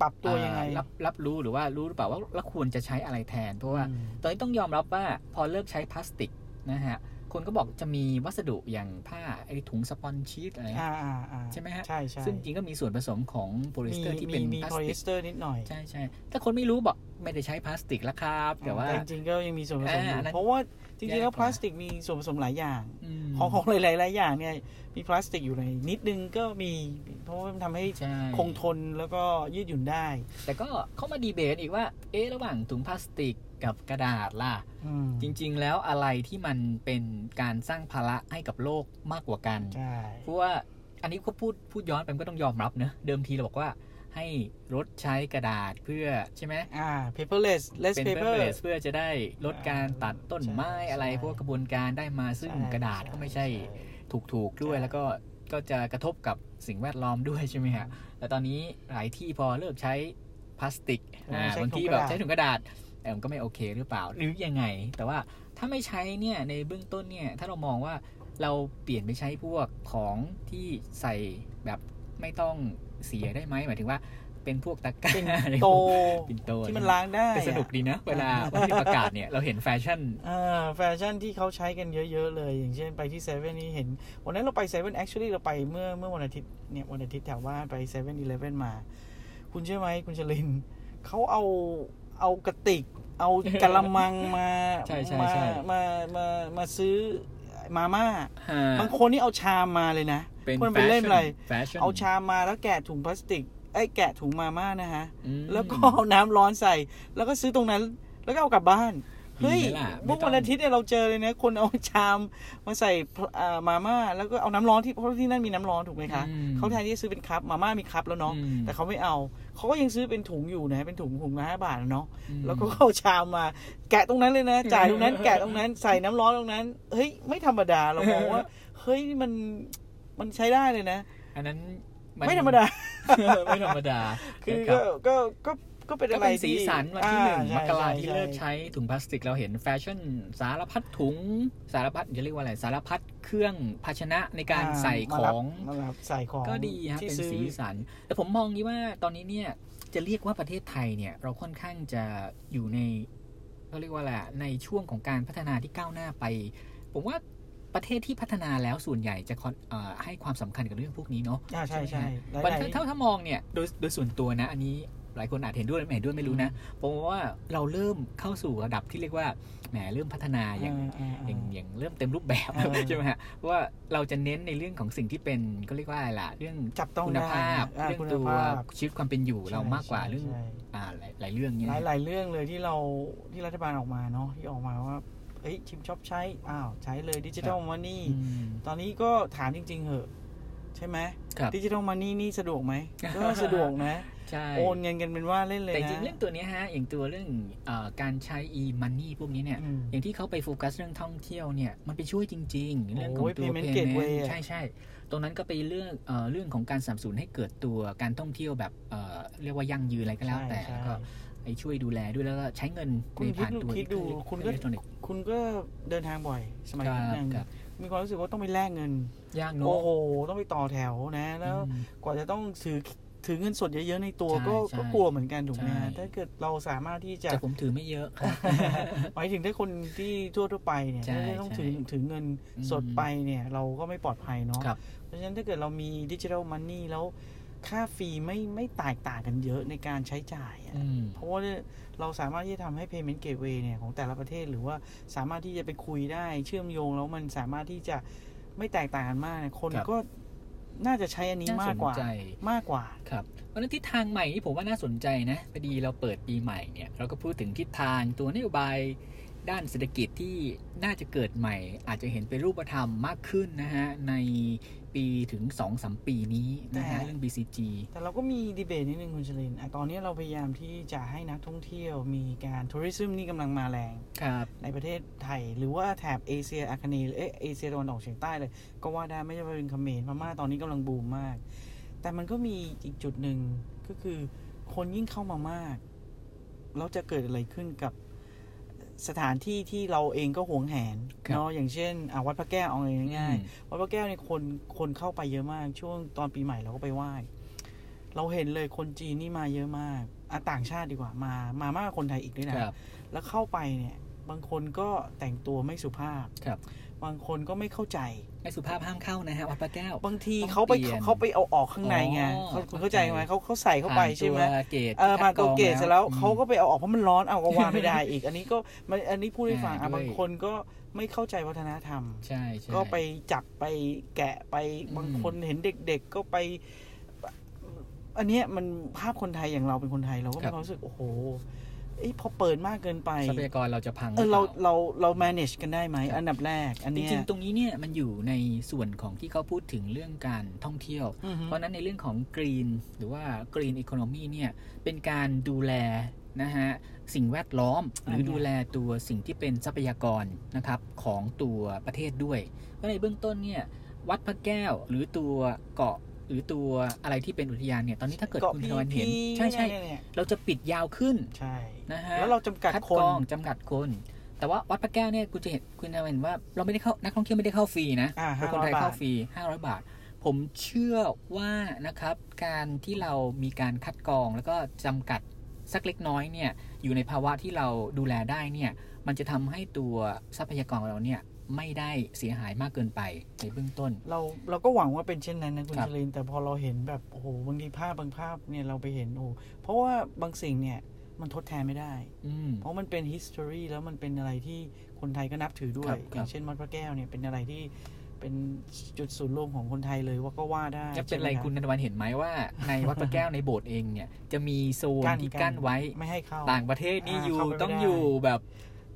Speaker 1: ปรับตัวยังไง
Speaker 2: อ่ารับรับรู้หรือว่ารู้หรือเปล่าว่าเราควรจะใช้อะไรแทนเพราะว่า
Speaker 1: อืม
Speaker 2: ตอนนี้ต้องยอมรับว่าพอเลิกใช้พลาสติก นะฮะ คนก็บอกจะมีวัสดุอย่างผ้าไอ้ถุงสปอนชีตอะไร
Speaker 1: อ่าอ่าอ่า
Speaker 2: ใช่ไหมฮะ
Speaker 1: ใช่ใช่
Speaker 2: ซึ่งจริงก็มีส่วนผสมของโพลีเอสเตอร์ที่เป็น
Speaker 1: มี
Speaker 2: พลา
Speaker 1: โพ
Speaker 2: ส
Speaker 1: ลี
Speaker 2: ติ
Speaker 1: เอก สเตอร์นิดหน่อย
Speaker 2: ใช่ใช่ถ้าคนไม่รู้บอกไม่ได้ใช้พลาสติกแล้วครับ แต่ว่า
Speaker 1: แต่จริงๆก็ยังมีส่วนผสมอยู่
Speaker 2: อ่าอันนั้น
Speaker 1: เพราะว่าจริงๆแล้ว
Speaker 2: แยกกว่า
Speaker 1: พลาสติกมีส่วนผสมหลายอย่าง
Speaker 2: ม
Speaker 1: ของของหลายๆหลายอย่างเนี่ยมีพลาสติกอยู่ในนิดนึงก็มี เพราะว่ามันทำให้
Speaker 2: ใช่
Speaker 1: คงทนแล้วก็ยืดหยุ่นได้
Speaker 2: แต่ก็เข้ามาดีเบตอีกว่า เอ๊ะระหว่างถุงพลาสติกกับกระดาษล่ะ
Speaker 1: อืม
Speaker 2: จริง ๆ แล้วอะไรที่มันเป็นการสร้างภาระให้กับโลกมากกว่ากัน
Speaker 1: ใช่
Speaker 2: เพราะว่าอันนี้ก็พูดพูดย้อนไปมันก็ต้องยอมรับเนอะเดิมทีเราบอกว่าให้ลดใช้กระดาษเพื่อใช่ไหม
Speaker 1: อ่า paperless less
Speaker 2: เป็น
Speaker 1: paper
Speaker 2: paperless เพื่อจะได้ลดการตัดต้นไม้
Speaker 1: ใช่
Speaker 2: อะไร
Speaker 1: ใช่
Speaker 2: พวกกระบวนการได้มาซึ่ง
Speaker 1: ใช่
Speaker 2: กระดาษก็ไม่ใช่
Speaker 1: ใช่
Speaker 2: ถูกๆด้วย
Speaker 1: ใช่
Speaker 2: แล้วก็ก็จะกระทบกับสิ่งแวดล้อมด้วยใช่ไหมฮะแต่ตอนนี้หลายที่พอเลิกใช้พลาสติก
Speaker 1: เออ
Speaker 2: อ่า
Speaker 1: ใช้
Speaker 2: บางที่
Speaker 1: ถุงก
Speaker 2: แบ
Speaker 1: ระ
Speaker 2: บ
Speaker 1: ดาษ
Speaker 2: ใช้ถุงกระดาษเออมันก็ไม่โอเคหรือเปล่าหรือยังไง แต่ว่าถ้าไม่ใช้เนี่ยในเบื้องต้นเนี่ยถ้าเรามองว่าเราเปลี่ยนไปใช้พวกของที่ใส่แบบไม่ต้องเสียได้ไหมหมายถึงว่าเป็นพวกตะกร้า
Speaker 1: เป็น
Speaker 2: อะไรพ
Speaker 1: โต
Speaker 2: วกปินโต
Speaker 1: ที่มันล้างได้
Speaker 2: แต่สนุก
Speaker 1: อะ
Speaker 2: ดีนะเวลาวันที่ประกาศเนี่ยเราเห็นแฟชั่น
Speaker 1: อ่าแฟชั่นที่เขาใช้กันเยอะ ๆ เลย อย่างเช่นไปที่เซเว่นนี่เห็น วันนั้นเราไปเซเว่น actually เราไปเมื่อเมื่อวันอาทิตย์เนี่ยวันอาทิตย์แถวบ้านไปเซเว่นอีเลฟเว่นมา คุณเชื่อไหมคุณชลินเขาเอาเอากระติก เอากะละมังมา
Speaker 2: ใช่ใช่
Speaker 1: มา
Speaker 2: ใช่
Speaker 1: มามามาซื้อมาม่า
Speaker 2: อ่
Speaker 1: บางคนนี่เอาชามมาเลยนะ
Speaker 2: เป็น
Speaker 1: คนไปเล่น
Speaker 2: แฟชั่
Speaker 1: อะไร
Speaker 2: แฟชั่น
Speaker 1: เอาชามมาแล้วแกะถุงพลาสติกไอ้ยแกะถุงมาม่านะฮะ
Speaker 2: อืม
Speaker 1: แล้วก็ เอาน้ำร้อนใส่ แล้วก็ซื้อตรงนั้น แล้วก็เอากลับบ้าน
Speaker 2: ดีไหม
Speaker 1: เฮ้ย
Speaker 2: ล่ะไม่
Speaker 1: เมื่อ
Speaker 2: ต้อง
Speaker 1: วันอาทิตย์เนี่ยเราเจอเลยนะ คนเอาชามมาใส่เอ่อมาม่า แล้วก็เอาน้ำร้อนที่เพราะที่นั่นมีน้ำร้อนถูกไหมคะ
Speaker 2: อืม
Speaker 1: เขาแทนที่จะซื้อเป็นคัพมาม่ามีคัพแล้วเนาะ
Speaker 2: อืม
Speaker 1: แต่เขาไม่เอา เขาก็ยังซื้อเป็นถุงอยู่นะ เป็นถุงถุงละห้าบาทอะเนาะ
Speaker 2: อืม
Speaker 1: แล้วก็เข้าชามมา แกะตรงนั้นเลยนะ จ่ายตรงนั้น แกะตรงนั้น ใส่น้ำร้อนตรงนั้น เฮ้ย ไม่ธรรมดา เรามองว่า เฮ้ยนี่มัน มันใช้ได้เลยนะ
Speaker 2: อันนั้นน
Speaker 1: ไม่ธรรมดา
Speaker 2: ไม่ธรรมดา
Speaker 1: คือ
Speaker 2: นะ
Speaker 1: ก็
Speaker 2: รับ
Speaker 1: ก็ ก็ ก็เป็น
Speaker 2: ก็
Speaker 1: อะไร
Speaker 2: เป็นสี
Speaker 1: ที่
Speaker 2: สันวันที่หนึ่ง
Speaker 1: อ่
Speaker 2: มกรา
Speaker 1: ใช่
Speaker 2: ที่เลิก
Speaker 1: ใช่
Speaker 2: ใช้ถุงพลาสติกเราเห็นแฟชั่นสารพัดถุงสารพัดจะเรียกว่าอะไรสารพัดเครื่องภาชนะในการ
Speaker 1: อ่
Speaker 2: ใส่ของ
Speaker 1: มารับมารับใส่ของ
Speaker 2: ก็ดีฮะ
Speaker 1: ที่
Speaker 2: เป็น
Speaker 1: ซื้อ
Speaker 2: สีสัน แต่ผมมองนี้ว่าตอนนี้เนี่ยจะเรียกว่าประเทศไทยเนี่ยเราค่อนข้างจะอยู่ในเขาเรียกว่าแหละไรในช่วงของการพัฒนาที่ก้าวหน้าไป ผมว่าประเทศที่พัฒนาแล้วส่วนใหญ่จะคอนเอ่อให้ความสำคัญกับเรื่องพวกนี้เนาะ
Speaker 1: อ่าใช่ใช่หลยๆ
Speaker 2: วันถ้าถ้าถ้ามองเนี่ยโดยโดยส่วนตัวนะ อันนี้หลายคนอาจเห็นด้วยไม่เห็นด้วยไม่รู้นะผมว่าเราเริ่มเข้าสู่ระดับที่เรียกว่าแหมเริ่มพัฒนาอย่าง
Speaker 1: อ
Speaker 2: อ
Speaker 1: า
Speaker 2: ย่ย่าง งอย่างเริ่มเต็มรูปแบบ
Speaker 1: อ่า
Speaker 2: ใช่ไหมฮะว่าเราจะเน้นในเรื่องของสิ่งที่เป็นก็เรียกว่าอะไรล่ะเรื่อง
Speaker 1: จับต้อง
Speaker 2: คุณภาพ
Speaker 1: ได้อ่
Speaker 2: เรื่อง
Speaker 1: คุณ
Speaker 2: ตัว
Speaker 1: ภาพ
Speaker 2: ชีวิตความเป็นอยู่เรามากกว่าเรื่อง
Speaker 1: ใช่
Speaker 2: อ่าหลายหลายเรื่องเนี่ย
Speaker 1: หลายหลายๆเรื่องเลยที่เราที่รัฐบาลออกมาเนาะที่ออกมาว่าเอ้ยชิมช็อปใช้อ้าวใช้เลยดิจิทัลมันนี่
Speaker 2: อืม
Speaker 1: ตอนนี้ก็ถามจริง ๆเหอะใช่ไหม
Speaker 2: ครับ
Speaker 1: ดิจิทัลมันนี่นี่สะดวก ไหมก็สะดวกนะ
Speaker 2: ใช่
Speaker 1: โอนเงินกันเป็นว่าเล่นเลย
Speaker 2: แต่
Speaker 1: นะ
Speaker 2: จริงๆเรื่องตัวเนี้ยฮะอย่างตัวเรื่องเออการใช้ e money พวกนี้เนี่ย
Speaker 1: อืม
Speaker 2: อย่างที่เขาไปโฟกัสเรื่องท่องเที่ยวเนี่ยมันไปช่วยจริง ๆ เรื่องของ
Speaker 1: โอ้ย
Speaker 2: ตัว
Speaker 1: payment
Speaker 2: payment
Speaker 1: gateway อะ
Speaker 2: ใช่ใช่ตรงนั้นก็ไปเรื่องเอ่อเรื่องของการสนับสนุนให้เกิดตัวการท่องเที่ยวแบบเอ่อเรียกว่ายั่งยืนอะไรก็แล้วแต่
Speaker 1: ใช่
Speaker 2: แล้ว
Speaker 1: ใช่
Speaker 2: ก็ไอ้ช่วยดูแลด้วยแล้วก็ใช้เงิน
Speaker 1: คุณ
Speaker 2: ในผ่านตัว
Speaker 1: คิดดูคิดดูคุณก็
Speaker 2: อิเล็กทรอนิกส์
Speaker 1: คุณก็เดินทางบ่อยสมัยนั้นยัง
Speaker 2: ครับ
Speaker 1: มีความรู้สึกว่าต้องไปแลกเงิน
Speaker 2: ยากเนอะ
Speaker 1: โอ้โห ต้องไปต่อแถวนะ แล้ว
Speaker 2: อืม
Speaker 1: กว่าจะต้องถือถือเงินสดเยอะๆในตัวก็
Speaker 2: ใช่
Speaker 1: ก็กลัวเหมือนกันถูกไหม
Speaker 2: ใช่
Speaker 1: ฮะถ้าเกิดเราสามารถที่จะ
Speaker 2: แต่ผมถือไม่เยอะครับ
Speaker 1: หมายถึงถ้าคนที่ทั่วทั่วๆไปเนี่ย
Speaker 2: ใช่
Speaker 1: ถ้าได้ต้อง
Speaker 2: ใช่
Speaker 1: ถือถือเงินสด
Speaker 2: อืม
Speaker 1: ไปเนี่ย เราก็ไม่ปลอดภัยเนาะ
Speaker 2: ครับ
Speaker 1: เพราะฉะนั้นถ้าเกิดเรามีดิจิทัลมันนี่แล้วค่าฟรีไม่ไม่แตกต่างกันเยอะในการใช้จ่ายอะ
Speaker 2: อืม
Speaker 1: เพราะว่าเราสามารถที่จะทำให้ payment gateway เนี่ยของแต่ละประเทศหรือว่าสามารถที่จะไปคุยได้เชื่อมโยงแล้วมันสามารถที่จะไม่แตกต่างกันมากเนี่ยคน
Speaker 2: ครับ
Speaker 1: ก็น่าจะใช้อันนี้
Speaker 2: น่า
Speaker 1: มา
Speaker 2: ส
Speaker 1: ก
Speaker 2: น
Speaker 1: กว่า
Speaker 2: ใจ
Speaker 1: มากกว่า
Speaker 2: ครับเพราะฉะนั้นทิศทางใหม่นี่ผมว่าน่าสนใจนะพอดีเราเปิดปีใหม่เนี่ยเราก็พูดถึงทิศทางตัวนโยบายด้านเศรษฐกิจที่น่าจะเกิดใหม่ อาจจะเห็นเป็นรูปธรรมมากขึ้นนะฮะ ในปีถึง 2-3สามปีนี้นะฮะ
Speaker 1: แต่
Speaker 2: เรื่อง BCG
Speaker 1: แต่เราก็มีดีเบตนิดนึงคุณชลินอ่ะตอนนี้เราพยายามที่จะให้นักท่องเที่ยวมีการทัวริซึมนี่กำลังมาแรง
Speaker 2: ครับ
Speaker 1: ในประเทศไทย หรือว่าแถบเอเชียอาคเนย์เอยเอเชียตะวันออกเฉียงใต้เลย ก็ว่าได้ไม่ใช่ว่าเป็นเขมรพม่าตอนนี้กำลังบูมมาก แต่มันก็มีอีกจุดหนึ่งก็คือคนยิ่งเข้ามามาก แล้วจะเกิดอะไรขึ้นกับสถานที่ที่เราเองก็หวงแหน
Speaker 2: ครับ
Speaker 1: เนาะอย่างเช่นอ่ะวัดพระแก้วเอาง่ายๆ
Speaker 2: อืม
Speaker 1: วัดพระแก้วเนี่ยคนคนเข้าไปเยอะมาก ช่วงตอนปีใหม่เราก็ไปไหว้ เราเห็นเลยคนจีนนี่มาเยอะมากอะต่างชาติดีกว่ามา มามากกว่าคนไทยอีกด้วยนะครับ แล้วเข้าไปเนี่ย บางคนก็แต่งตัวไม่สุภาพ
Speaker 2: ครับ
Speaker 1: บางคนก็ไม่เข้าใจ
Speaker 2: ไอ้สุภาพห้ามเข้านะฮะวัดพระแก้ว
Speaker 1: บางที
Speaker 2: ต้อง
Speaker 1: เขาไป
Speaker 2: เปลี่ยน
Speaker 1: เขาไปเอาออกข้างในไง
Speaker 2: อ๋อ
Speaker 1: เขาคุณ
Speaker 2: เข้า
Speaker 1: เข้าใจไหม
Speaker 2: ใจ
Speaker 1: เขาเขาใส่เข้าไปใช่ไหม
Speaker 2: ผ่านตัวเกต
Speaker 1: เออมาโกเกตเสร็จแล้วเขาก็
Speaker 2: อื
Speaker 1: ไปเอาออกเพราะมันร้อนเอาก็ว่าไม่ได้อี ก อันนี้ก็มันอันนี้พูดให้ฟัง
Speaker 2: อ่า
Speaker 1: อ่ะ
Speaker 2: ด้วย
Speaker 1: บางคนก็ไม่เข้าใจวัฒนธรรม
Speaker 2: มใช่ใช่
Speaker 1: ก็ไปจับไปแกะไป
Speaker 2: อืม
Speaker 1: บางคนเห็นเด็ก ๆ ก็ไป อันเนี้ยมันภาพคนไทยอย่างเราเป็นคนไทยเราก็มีความรู้สึกโอ้โหเอ้ยพอเปิดมากเกินไป
Speaker 2: ทรัพยากรเราจะพังห
Speaker 1: เอ
Speaker 2: อ
Speaker 1: อ
Speaker 2: ป
Speaker 1: เรา
Speaker 2: ล่
Speaker 1: เราเรา manage กันได้ไหม
Speaker 2: ครับ
Speaker 1: อันดับแรก อัน
Speaker 2: จ
Speaker 1: เนี้ย
Speaker 2: ริงๆ ตรงนี้เนี่ยมันอยู่ในส่วนของที่เขาพูดถึงเรื่องการท่องเที่ยว
Speaker 1: อือฮึ
Speaker 2: เพราะฉะนั้นในเรื่องของกรีนหรือว่ากรีนอีโคโนมีเนี่ยเป็นการดูแลนะฮะสิ่งแวดล้อม หรือ
Speaker 1: อ่า
Speaker 2: ดูแลตัวสิ่งที่เป็นทรัพยากรนะครับของตัวประเทศด้วยเพราะในเบื้องต้นเนี่ยวัดพระแก้วหรือตัวเกาะหรือตัวอะไรที่เป็นอุทยานเนี่ยตอนนี้ถ้าเกิด
Speaker 1: กาะ
Speaker 2: คุณ
Speaker 1: พี
Speaker 2: ทวันเห็น
Speaker 1: พี
Speaker 2: ใช่ใช่
Speaker 1: เนี่ยเนี่ย
Speaker 2: เราจะปิดยาวขึ้น
Speaker 1: ใช่
Speaker 2: นะฮะ
Speaker 1: แล้วเราจำกัด
Speaker 2: คัด
Speaker 1: คน
Speaker 2: กรองจำกัดคน แต่ว่าวัดพระแก้วเนี่ยคุณจะเห็นคุณจะเห็นว่าเราไม่ได้เข้านักท่องเที่ยวไม่ได้เข้าฟรีนะ
Speaker 1: อ่า
Speaker 2: เป็นคนไทย
Speaker 1: 500บาท
Speaker 2: เข้าฟรี500 บาท ผมเชื่อว่านะครับ การที่เรามีการคัดกรองแล้วก็จำกัดสักเล็กน้อยเนี่ยอยู่ในภาวะที่เราดูแลได้เนี่ยมันจะทำให้ตัวทรัพยากรเราเนี่ยไม่ได้เสียหายมากเกินไปในเบื้องต้น
Speaker 1: เราเราก็หวังว่าเป็นเช่นนั้นนะคุณ
Speaker 2: ครับ
Speaker 1: ชลินแต่พอเราเห็นแบบโอ้โหบางทีภาพบางภาพเนี่ยเราไปเห็นโอ้โหเพราะว่าบางสิ่งเนี่ยมันทดแทนไม่ได้
Speaker 2: อืม
Speaker 1: เพราะมันเป็น history แล้วมันเป็นอะไรที่คนไทยก็นับถือด้ว
Speaker 2: ครั
Speaker 1: ย
Speaker 2: บครับ
Speaker 1: อย่างเช่นวัดพระแก้วเนี่ยเป็นอะไรที่เป็นจุดศูนย์รวมของคนไทยเลยว่าก็ว่าได้
Speaker 2: จะเป็
Speaker 1: ใช่
Speaker 2: น
Speaker 1: หม
Speaker 2: อะไรคุณนันวันเห็นไหมว่า ในวัดพระแก้วในโบสถ์เองเนี่ยจะมีโซน
Speaker 1: กั้น
Speaker 2: ที่กั้นไว้
Speaker 1: ไม่ให้เข้า
Speaker 2: ต่างประเทศนี่
Speaker 1: อ่า
Speaker 2: อยู่
Speaker 1: เข้าไปไม่
Speaker 2: ต้อง
Speaker 1: ได้
Speaker 2: อยู่แบบ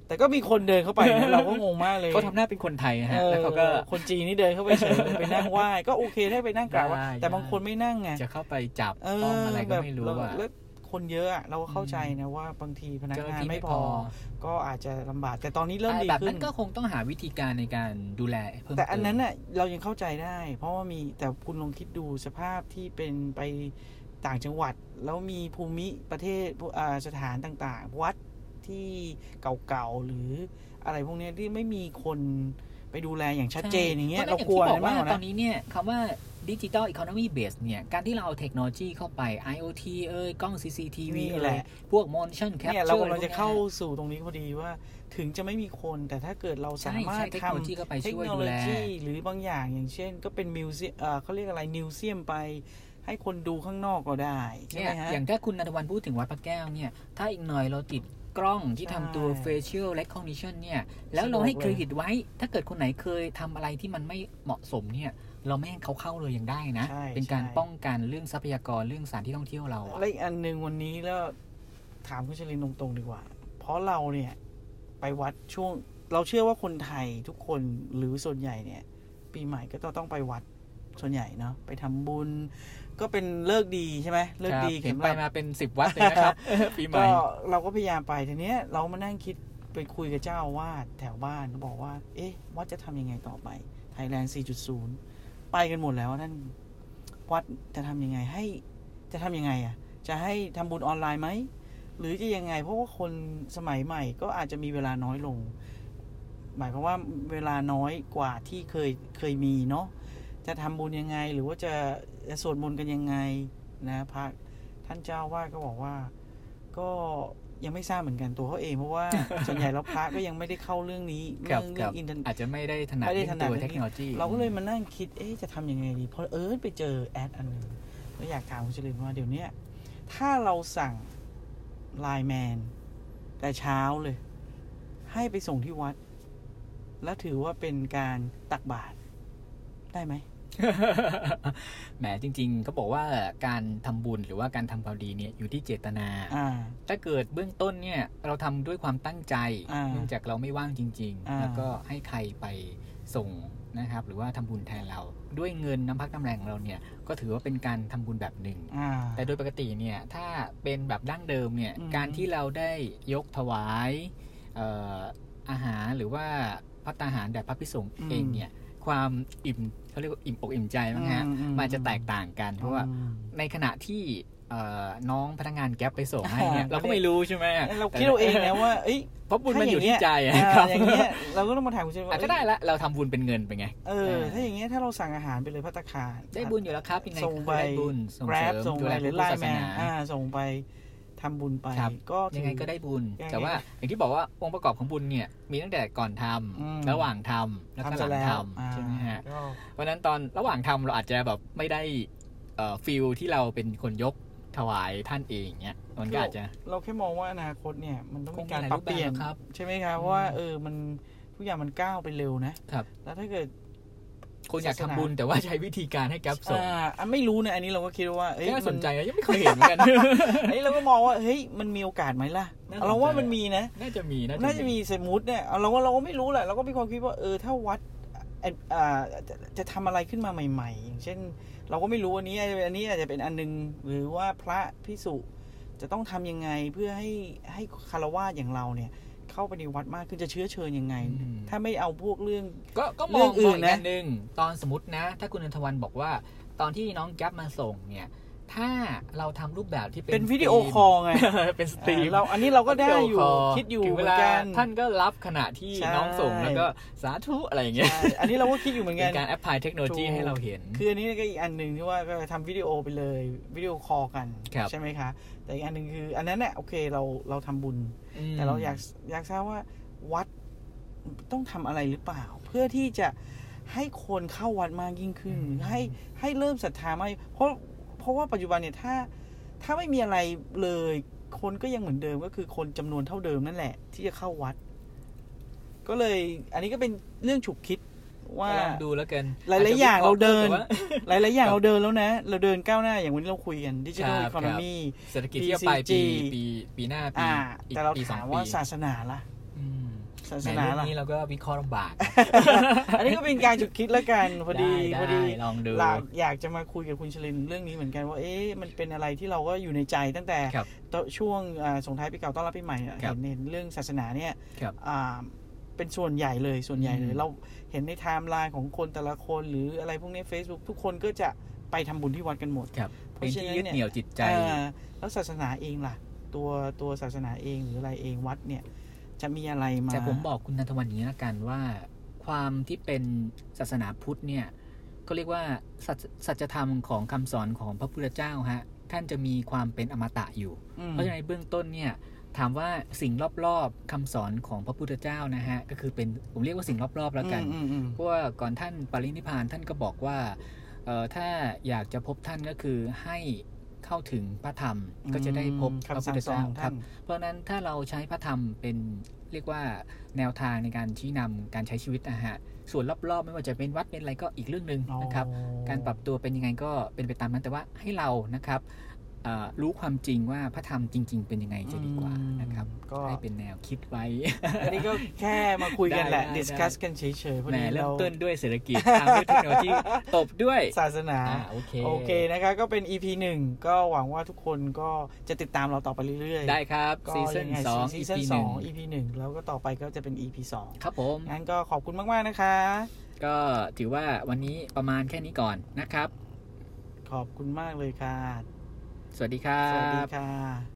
Speaker 1: แต่ก็มีคนเดินเข้าไปนะเราก็งงมากเลย
Speaker 2: เขาทำหน้าเป็นคนไทยฮะ
Speaker 1: ออ
Speaker 2: แล้วเขาก็
Speaker 1: คนจีนนี่เดินเข้าไปเฉยเลยไปนั่งไหว้ก็โอเคได้ไปนั่งกราบไหว้แต่บางคนไม่นั่งไง
Speaker 2: จะเข้าไปจับ
Speaker 1: เออ
Speaker 2: ต้องอะไรก็
Speaker 1: แบบ
Speaker 2: ไม่รู้
Speaker 1: เรา
Speaker 2: อ่ะ
Speaker 1: แล้วคนเยอะอะเราก็เข้าใจนะว่าบางทีพนัก
Speaker 2: เจ้าหน้าง
Speaker 1: าน
Speaker 2: ที่
Speaker 1: ไม่
Speaker 2: ไม่
Speaker 1: พ
Speaker 2: พ
Speaker 1: อ
Speaker 2: อ
Speaker 1: ก็อาจจะลำบากแต่ตอนนี้เริ่ม
Speaker 2: อ่า
Speaker 1: ดี
Speaker 2: แบบ
Speaker 1: ขึ้
Speaker 2: นั้น นก็คงต้องหาวิธีการในการดูแลเพิ่ม
Speaker 1: แต่อันนั้น
Speaker 2: เติม
Speaker 1: น่ะเรายังเข้าใจได้ เพราะว่ามีแต่คุณลองคิดดูสภาพที่เป็นไปต่างจังหวัด แล้วมีภูมิประเทศผู้อ่าสถานต่างๆ วัดที่เก่าๆ หรืออะไรพวกเนี้ยที่ไม่มีคนไปดูแลอย่างชัดเจนอย่างเงี้ย
Speaker 2: ใช่
Speaker 1: เรากลัว
Speaker 2: พะฉะ
Speaker 1: นะมาก
Speaker 2: นั้นอย่งที่บอกว่าตอ
Speaker 1: นะ
Speaker 2: นนี้เนี่ยคำว่าดิจิ t a ลอี o n o นมีเบสเนี่ย การที่เราเอาเทคโนโลยีเข้าไป IoT เอ้ยกล้อง CCTV
Speaker 1: นี่
Speaker 2: เอ้
Speaker 1: แห
Speaker 2: ย
Speaker 1: ละ
Speaker 2: พวก motion
Speaker 1: เนี่ย
Speaker 2: capture
Speaker 1: เรากำลังจะ
Speaker 2: พวนี้
Speaker 1: เข้าสู่ตรงนี้พอดีว่าถึงจะไม่มีคนแต่ถ้าเกิดเรา
Speaker 2: ใช่
Speaker 1: สามาร
Speaker 2: ใช้
Speaker 1: ถ
Speaker 2: เทค
Speaker 1: ทำ
Speaker 2: โนโลยีเข้าไป
Speaker 1: เทค
Speaker 2: ช่วย
Speaker 1: โน
Speaker 2: ดู
Speaker 1: โล
Speaker 2: แล
Speaker 1: ยีหรือบางอย่างอย่างเช่น ก็เป็นมิวเซียเอ่อเขาเรียกอะไรนิวเซียมไป ให้คนดูข้างนอกก็ได้ ใช่
Speaker 2: เนี่
Speaker 1: ไหม
Speaker 2: ย
Speaker 1: ฮะ
Speaker 2: อย่างถ้าคุณนันทวันพูดถึงวัดพระแก้วเนี่ย ถ้าอีกหน่อยเราติดกล้องที่
Speaker 1: ใช่
Speaker 2: ทำตัว facial recognition เนี่ย แล้วเราให้
Speaker 1: สะดวกเลย
Speaker 2: เครดิตไว้ ถ้าเกิดคนไหนเคยทำอะไรที่มันไม่เหมาะสมเนี่ย เราไม่ให้เขาเข้าเลยยังได้นะ
Speaker 1: ใช่
Speaker 2: เป็นการ
Speaker 1: ใช่
Speaker 2: ป้องกันเรื่องทรัพยากรเรื่องสถานที่ท่องเที่ยวเราอะ
Speaker 1: และอีกอันหนึ่งวันนี้แล้วถามคุณชลินตรงๆดีกว่า เพราะเราเนี่ย ไปวัดช่วง เราเชื่อว่าคนไทยทุกคนหรือส่วนใหญ่เนี่ย ปีใหม่ก็ต้องไปวัดส่วนใหญ่เนาะไปทำบุญ ก็เป็นเลิกษ์ดีใช่ไหมเลิก
Speaker 2: ค
Speaker 1: ษ์
Speaker 2: รับ
Speaker 1: ดี
Speaker 2: เห็น
Speaker 1: สำห
Speaker 2: ไป
Speaker 1: รับ
Speaker 2: มาเป็น 10 วัดเลยนะครับ ปีใหม่
Speaker 1: ก็เราก็พยายามไปทีเนี้ยเรามานั่งคิดไปคุยกับเจ้าอาวาดแถวบ้านเขาบอกว่า เอ๊ะวัดจะทำยังไงต่อไปไทยแลนด์ 4.0 ไปกันหมดแล้วท่านวัดจะทำยังไงให้จะทำยังไงอ่ะ จะให้ทำบุญออนไลน์ไหม หรือจะยังไง เพราะว่าคนสมัยใหม่ก็อาจจะมีเวลาน้อยลง หมายความว่าเวลาน้อยกว่าที่เคยเคยมีเนาะจะทำบุญยังไง หรือว่าจะจะสวดมนต์กันยังไงนะพระท่านเจ้าอาว่าสก็บอกว่า ก็ยังไม่ทราบเหมือนกันตัวเขาเอง เพราะว่า ส่วนใหญ่แล้วพระก็ยังไม่ได้เข้าเรื่องนี้
Speaker 2: ครั
Speaker 1: เรื่
Speaker 2: บ
Speaker 1: เรื่อ
Speaker 2: ครับ
Speaker 1: งอินเทอร์เน็ต
Speaker 2: อาจจะไม่ได้ถนัด
Speaker 1: ไม่ได้
Speaker 2: เรื่อง
Speaker 1: ถ
Speaker 2: ตั
Speaker 1: นัด
Speaker 2: ว
Speaker 1: เรื่อง
Speaker 2: เทคโนโลยี
Speaker 1: เราก็เลยมานั่งคิด เอ๊ะ จะทำยังไงดี เพราะเอิร์ธไปเจอแอดอันหนึ่งแล้วอยากถามคุณชลินว่าเดี๋ยวเนี้ยถ้าเราสั่งไลน์แมน แต่เช้าเลย ให้ไปส่งที่วัด แล้วถือว่าเป็นการตักบาตรได้ไหม
Speaker 2: แหมจริงๆเขาบอกว่าการทำบุญหรือว่าการทำความดีเนี่ยอยู่ที่เจตนา
Speaker 1: อ่า
Speaker 2: ถ้าเกิดเบื้องต้นเนี่ยเราทำด้วยความตั้งใจ
Speaker 1: อ่า
Speaker 2: เนื่องจากเราไม่ว่างจริง
Speaker 1: อ่า
Speaker 2: ๆ แล้วก็ให้ใครไปส่งนะครับ หรือว่าทำบุญแทนเรา ด้วยเงินน้ำพักน้ำแรงของเราเนี่ยก็ถือว่าเป็นการทำบุญแบบหนึ่ง
Speaker 1: อ่า
Speaker 2: แต่โดยปกติเนี่ยถ้าเป็นแบบดั้งเดิมเนี่ย
Speaker 1: อืม
Speaker 2: การที่เราได้ยกถวายเอ่ออาหารหรือว่าพัตตาหารแด่พระพิสงฆ์เองเนี่ยความอิ่มเขาเรียกว่าอิ่มอกอิ่มใจมั้งฮะมันจะแตกต่างกันเพราะว่า
Speaker 1: อืม
Speaker 2: ในขณะที่เอ่อน้องพนักงานแก๊ปไปส่งให้เนี่ย
Speaker 1: อ่า
Speaker 2: เราก็ไม่รู้ใช่ไหม
Speaker 1: เราคิดเอาเองนะว่า เอ้ย
Speaker 2: เพราะบุ ญมันอยู่
Speaker 1: ถ้าาง
Speaker 2: ที่
Speaker 1: เงี้
Speaker 2: ใจ
Speaker 1: อ่า
Speaker 2: ครับ
Speaker 1: อย่างเงี้ยเราก็ต้องมาถามคุณชลิน
Speaker 2: อ่ะ
Speaker 1: ว่า
Speaker 2: ก็ได้ละเราทำบุญเป็นเงินไปไง
Speaker 1: เออ
Speaker 2: อ่า
Speaker 1: ถ้าอย่างเงี้ยถ้าเราสั่งอาหารไปเลยพัตตาคาร
Speaker 2: ได้บุญอยู่แล้วครับยังไง
Speaker 1: ส่งไป
Speaker 2: ได้บุญส่งเสริ
Speaker 1: Grab
Speaker 2: ม
Speaker 1: ส่ง
Speaker 2: ดู
Speaker 1: ไป
Speaker 2: แล
Speaker 1: หรือ
Speaker 2: ผู้
Speaker 1: ไล
Speaker 2: ศา
Speaker 1: น์
Speaker 2: ส
Speaker 1: แมน
Speaker 2: นา
Speaker 1: อ่าส่งไป ทำบุญไป
Speaker 2: ครับ
Speaker 1: ก็ถือ
Speaker 2: ยังไงก็ได้บุญ
Speaker 1: ยังไง
Speaker 2: แต่ว่าอย่างที่บอกว่าองค์ประกอบของบุญเนี่ยมีตั้งแต่ก่อนทำ
Speaker 1: อืม
Speaker 2: ระหว่างทำแล้วก็
Speaker 1: ทำ
Speaker 2: ห
Speaker 1: จะ
Speaker 2: ลัง
Speaker 1: แล้ว
Speaker 2: ทำใช่ไหมฮะ
Speaker 1: อ่า
Speaker 2: เพราะฉะนั้นตอนระหว่างทำเราอาจจะแบบไม่ได้เอ่อฟิลที่เราเป็นคนยกถวายท่านเองเนี่ยมันก็อาจจะ
Speaker 1: ก็เราแค่มองว่าอนาคตเนี่ย มันต้อง
Speaker 2: ค
Speaker 1: มี
Speaker 2: งมี
Speaker 1: การ
Speaker 2: หลาย
Speaker 1: ปรับเปลี่ยน
Speaker 2: รูปแบบนะครับ
Speaker 1: ใช่ไหมครับ
Speaker 2: อืม
Speaker 1: ว่าเออมันทุกอย่างมันก้าวไปเร็วนะครับ แล้วถ้าเกิด
Speaker 2: คนอยากทำ
Speaker 1: ศาสนา
Speaker 2: บุญแต่ว่าใช้วิธีการให้แก๊ปส่ง
Speaker 1: อ่าอ่ะไม่รู้นะอันนี้เราก็คิดว่าเอ้ย
Speaker 2: น่าสนใจ
Speaker 1: มั
Speaker 2: นะยังไม่เคยเห็นเหมือน กัน
Speaker 1: อันนี้เราก็มองว่าเฮ้ยมันมีโอกาสไหมล่ะ
Speaker 2: น่าสนใจ
Speaker 1: เราว่ามันมีนะ
Speaker 2: น่าจะมี
Speaker 1: น่าจะมีสมมติเนี่ยเอาเราว่าเราก็ไม่รู้แหละเราก็มีความคิดว่าเออถ้าวัดเอ่ออ่าจะจะทำอะไรขึ้นมาใหม่ ๆ อย่างเช่น เราก็ไม่รู้อันนี้อาจจะเป็นอันนี้อาจจะเป็นอันนึง หรือว่าพระพิสุจะต้องทำยังไงเพื่อให้ให้คารวะอย่างเราเนี่ย เข้าไปในวัดมากขึ้นจะเชื้อเชิญยังไง
Speaker 2: อืม
Speaker 1: ถ้าไม่เอาพวกเรื่อง
Speaker 2: ก็ก็ม
Speaker 1: เรื่
Speaker 2: อ
Speaker 1: อง งอื่
Speaker 2: มอ
Speaker 1: น
Speaker 2: งอีก
Speaker 1: นะ
Speaker 2: อันหนึ่งตอนสมมตินะ ถ้าคุณนันทวันบอกว่า ตอนที่น้องแก๊ปมาส่งเนี่ย ถ้าเราทำรูปแบบที่
Speaker 1: เป็นวิดีโอ
Speaker 2: สตรีม
Speaker 1: คอลไง
Speaker 2: เป็นสตรีม
Speaker 1: อ่ าเราอันนี้เราก็ได้
Speaker 2: วิ
Speaker 1: อ
Speaker 2: โ
Speaker 1: ยู่คิดอยู่
Speaker 2: ถึง
Speaker 1: เหมื
Speaker 2: เว
Speaker 1: อน
Speaker 2: ลา
Speaker 1: กัน
Speaker 2: ท่านก็รับขณะที่
Speaker 1: ใช่
Speaker 2: น้องส่งแล้วก็สาธุอะไรอย่างเงี้ย
Speaker 1: ใช่อันนี้เราก็คิดอยู่เหมือน
Speaker 2: เป็
Speaker 1: กัน น
Speaker 2: การแอพพลายเทคโนโลยี
Speaker 1: ถูก
Speaker 2: ให้เราเห็น
Speaker 1: คืออันนี้ก็อีกอันหนึ่งที่ว่าก็ทำวิดีโอไปเลยวิดีโอคอลกัน
Speaker 2: ครับ
Speaker 1: ใช่ไหมคะ แต่อีกอันหนึ่งคือ อันนั้นเนี่ยโอเคเราเราทำบุญ
Speaker 2: ม
Speaker 1: แต่เราอยากอยากทราบว่าวัดต้องทำอะไรหรือเปล่า เพื่อที่จะให้คนเข้าวัดมากยิ่งขึ้น ให้ให้เริ่มศรัทธามากเพราะเพราะว่าปัจจุบันเนี่ยถ้าถ้าไม่มีอะไรเลย คนก็ยังเหมือนเดิมก็คือคนจำนวนเท่าเดิมนั่นแหละ ที่จะเข้าวัด ก็เลยอันนี้ก็เป็นเรื่องฉุกคิดว่า
Speaker 2: ลองดูแล้วกัน
Speaker 1: หลายๆอย่างเราเดิน
Speaker 2: แต่ว่า
Speaker 1: หลาย ๆ อย่าง
Speaker 2: ครับ
Speaker 1: เราเดินแล้วนะ เราเดินก้าวหน้าอย่างวันนี้เราคุยกันดิจิทัลอี
Speaker 2: ครับ
Speaker 1: โคโนมี
Speaker 2: เศรษฐกิจที่จะไปปี
Speaker 1: PCG
Speaker 2: ปีปีหน้าปี
Speaker 1: อ่า
Speaker 2: อีก
Speaker 1: แต่เรา
Speaker 2: ปีสอ
Speaker 1: ถาง ม
Speaker 2: ปี
Speaker 1: ว่าศาสนาล่ะ
Speaker 2: อืม
Speaker 1: ศา
Speaker 2: แห
Speaker 1: ส
Speaker 2: ม
Speaker 1: นา
Speaker 2: เรื่อง
Speaker 1: ล่ะ
Speaker 2: นี้เราก็วิเคราะห์ลำบาก
Speaker 1: อันนี้ก็เป็นการจุดคิดละกันพอดี
Speaker 2: ไ
Speaker 1: พอดี
Speaker 2: ไลองดู
Speaker 1: เราอยากจะมาคุยกับคุณชลินเรื่องนี้เหมือนกันว่า เอ๊ะมันเป็นอะไรที่เราก็อยู่ในใจตั้งแต่
Speaker 2: ครับ
Speaker 1: ตอนช่วงอ่าส่งท้ายปีเก่าต้อนรับปีใหม่อะ
Speaker 2: ครั
Speaker 1: เห็
Speaker 2: บ
Speaker 1: นเห็นเรื่องศาสนาเนี่ย
Speaker 2: ครับ
Speaker 1: อ่าเป็นส่วนใหญ่เลยส่วนใหญ่เล
Speaker 2: อื
Speaker 1: ย
Speaker 2: ม
Speaker 1: เราเห็นในไทม์ไลน์ของคนแต่ละคนหรืออะไรพวกนี้ Facebook ทุกคนก็จะไปทำบุญที่วัดกันหมด
Speaker 2: ครับ
Speaker 1: เพ
Speaker 2: เป็น
Speaker 1: ราะฉะนั้น
Speaker 2: ที่ยึด
Speaker 1: เนี่ย
Speaker 2: เหนี่ยวจิตใจ
Speaker 1: อ่าแล้วศาสนาเองล่ะ ตัวตัวศาสนาเองหรืออะไรเองวัดเนี่ย จะมีอะไรมา
Speaker 2: แต่ผมบอกคุณนันทวันอย่างนี้ละกันว่า ความที่เป็นศาสนาพุทธเนี่ยก็เรียกว่าสัจสัจธรรมของคำสอนของพระพุทธเจ้าฮะท่านจะมีความเป็นอมตะอยู่
Speaker 1: อืม
Speaker 2: เพราะฉะนั้นในเบื้องต้นเนี่ยถามว่าสิ่งรอบๆคำสอนของพระพุทธเจ้านะฮะก็คือเป็นผมเรียกว่าสิ่งรอบๆแล้วกัน
Speaker 1: อืมอืม
Speaker 2: เพราะว่าก่อนท่านปรินิพพานท่านก็บอกว่าเอ่อถ้าอยากจะพบท่านก็คือให้เข้าถึงพระธรรม
Speaker 1: อืม
Speaker 2: ก็จะได้พบพระ
Speaker 1: คำ
Speaker 2: พุท
Speaker 1: สั่งส
Speaker 2: ธ
Speaker 1: อน
Speaker 2: เจ้า
Speaker 1: ของ
Speaker 2: ครั
Speaker 1: ท่า
Speaker 2: บ
Speaker 1: น
Speaker 2: เพราะฉะนั้นถ้าเราใช้พระธรรมเป็นเรียกว่าแนวทางในการชี้นำการใช้ชีวิตนะฮะส่วนรอบๆ ไม่ว่าจะเป็นวัดเป็นอะไรก็อีกเรื่องหนึ่งนะครับ
Speaker 1: อ๋อ
Speaker 2: การปรับตัวเป็นยังไงก็เป็นไปตามนั้นแต่ว่าให้เรานะครับเอ่อรู้ความจริงว่าพระธรรมจริง ๆ เป็นยังไงจะดีกว่านะครับ
Speaker 1: ก็
Speaker 2: ให้เป็นแนวคิดไว้
Speaker 1: อันนี้ก็แค่มาคุยกันแหละ
Speaker 2: ได้ได้
Speaker 1: ดิสคัสกันเฉยๆพอ
Speaker 2: แหม
Speaker 1: ดี
Speaker 2: เริ่
Speaker 1: เรา
Speaker 2: มต้นด้วยเศรษฐ กิจตามด้วยเทคโนโลยีตบด้วย
Speaker 1: ศาสนา
Speaker 2: อ่าโอเค
Speaker 1: โอเคนะคะก็เป็น EP หนึ่งก็หวังว่าทุกคนก็จะติดตามเราต่อไปเรื่อยๆ
Speaker 2: ได้ครับ
Speaker 1: ก็
Speaker 2: ซีซั่น
Speaker 1: ยังไง
Speaker 2: สอง
Speaker 1: ซี
Speaker 2: อี
Speaker 1: ซั่น
Speaker 2: พี
Speaker 1: สอ
Speaker 2: หนึ่ง
Speaker 1: ง EP หนึ่งแล้วก็ต่อไปก็จะเป็น EP สอง
Speaker 2: ครับผม
Speaker 1: งั้นก็ขอบคุณมาก ๆ นะคะ
Speaker 2: ก็ถือว่าวันนี้ประมาณแค่นี้ก่อนนะครับ
Speaker 1: ขอบคุณมากเลยค่ะ
Speaker 2: สวัสดีครั
Speaker 1: สวัสดี
Speaker 2: บ
Speaker 1: ค่ะ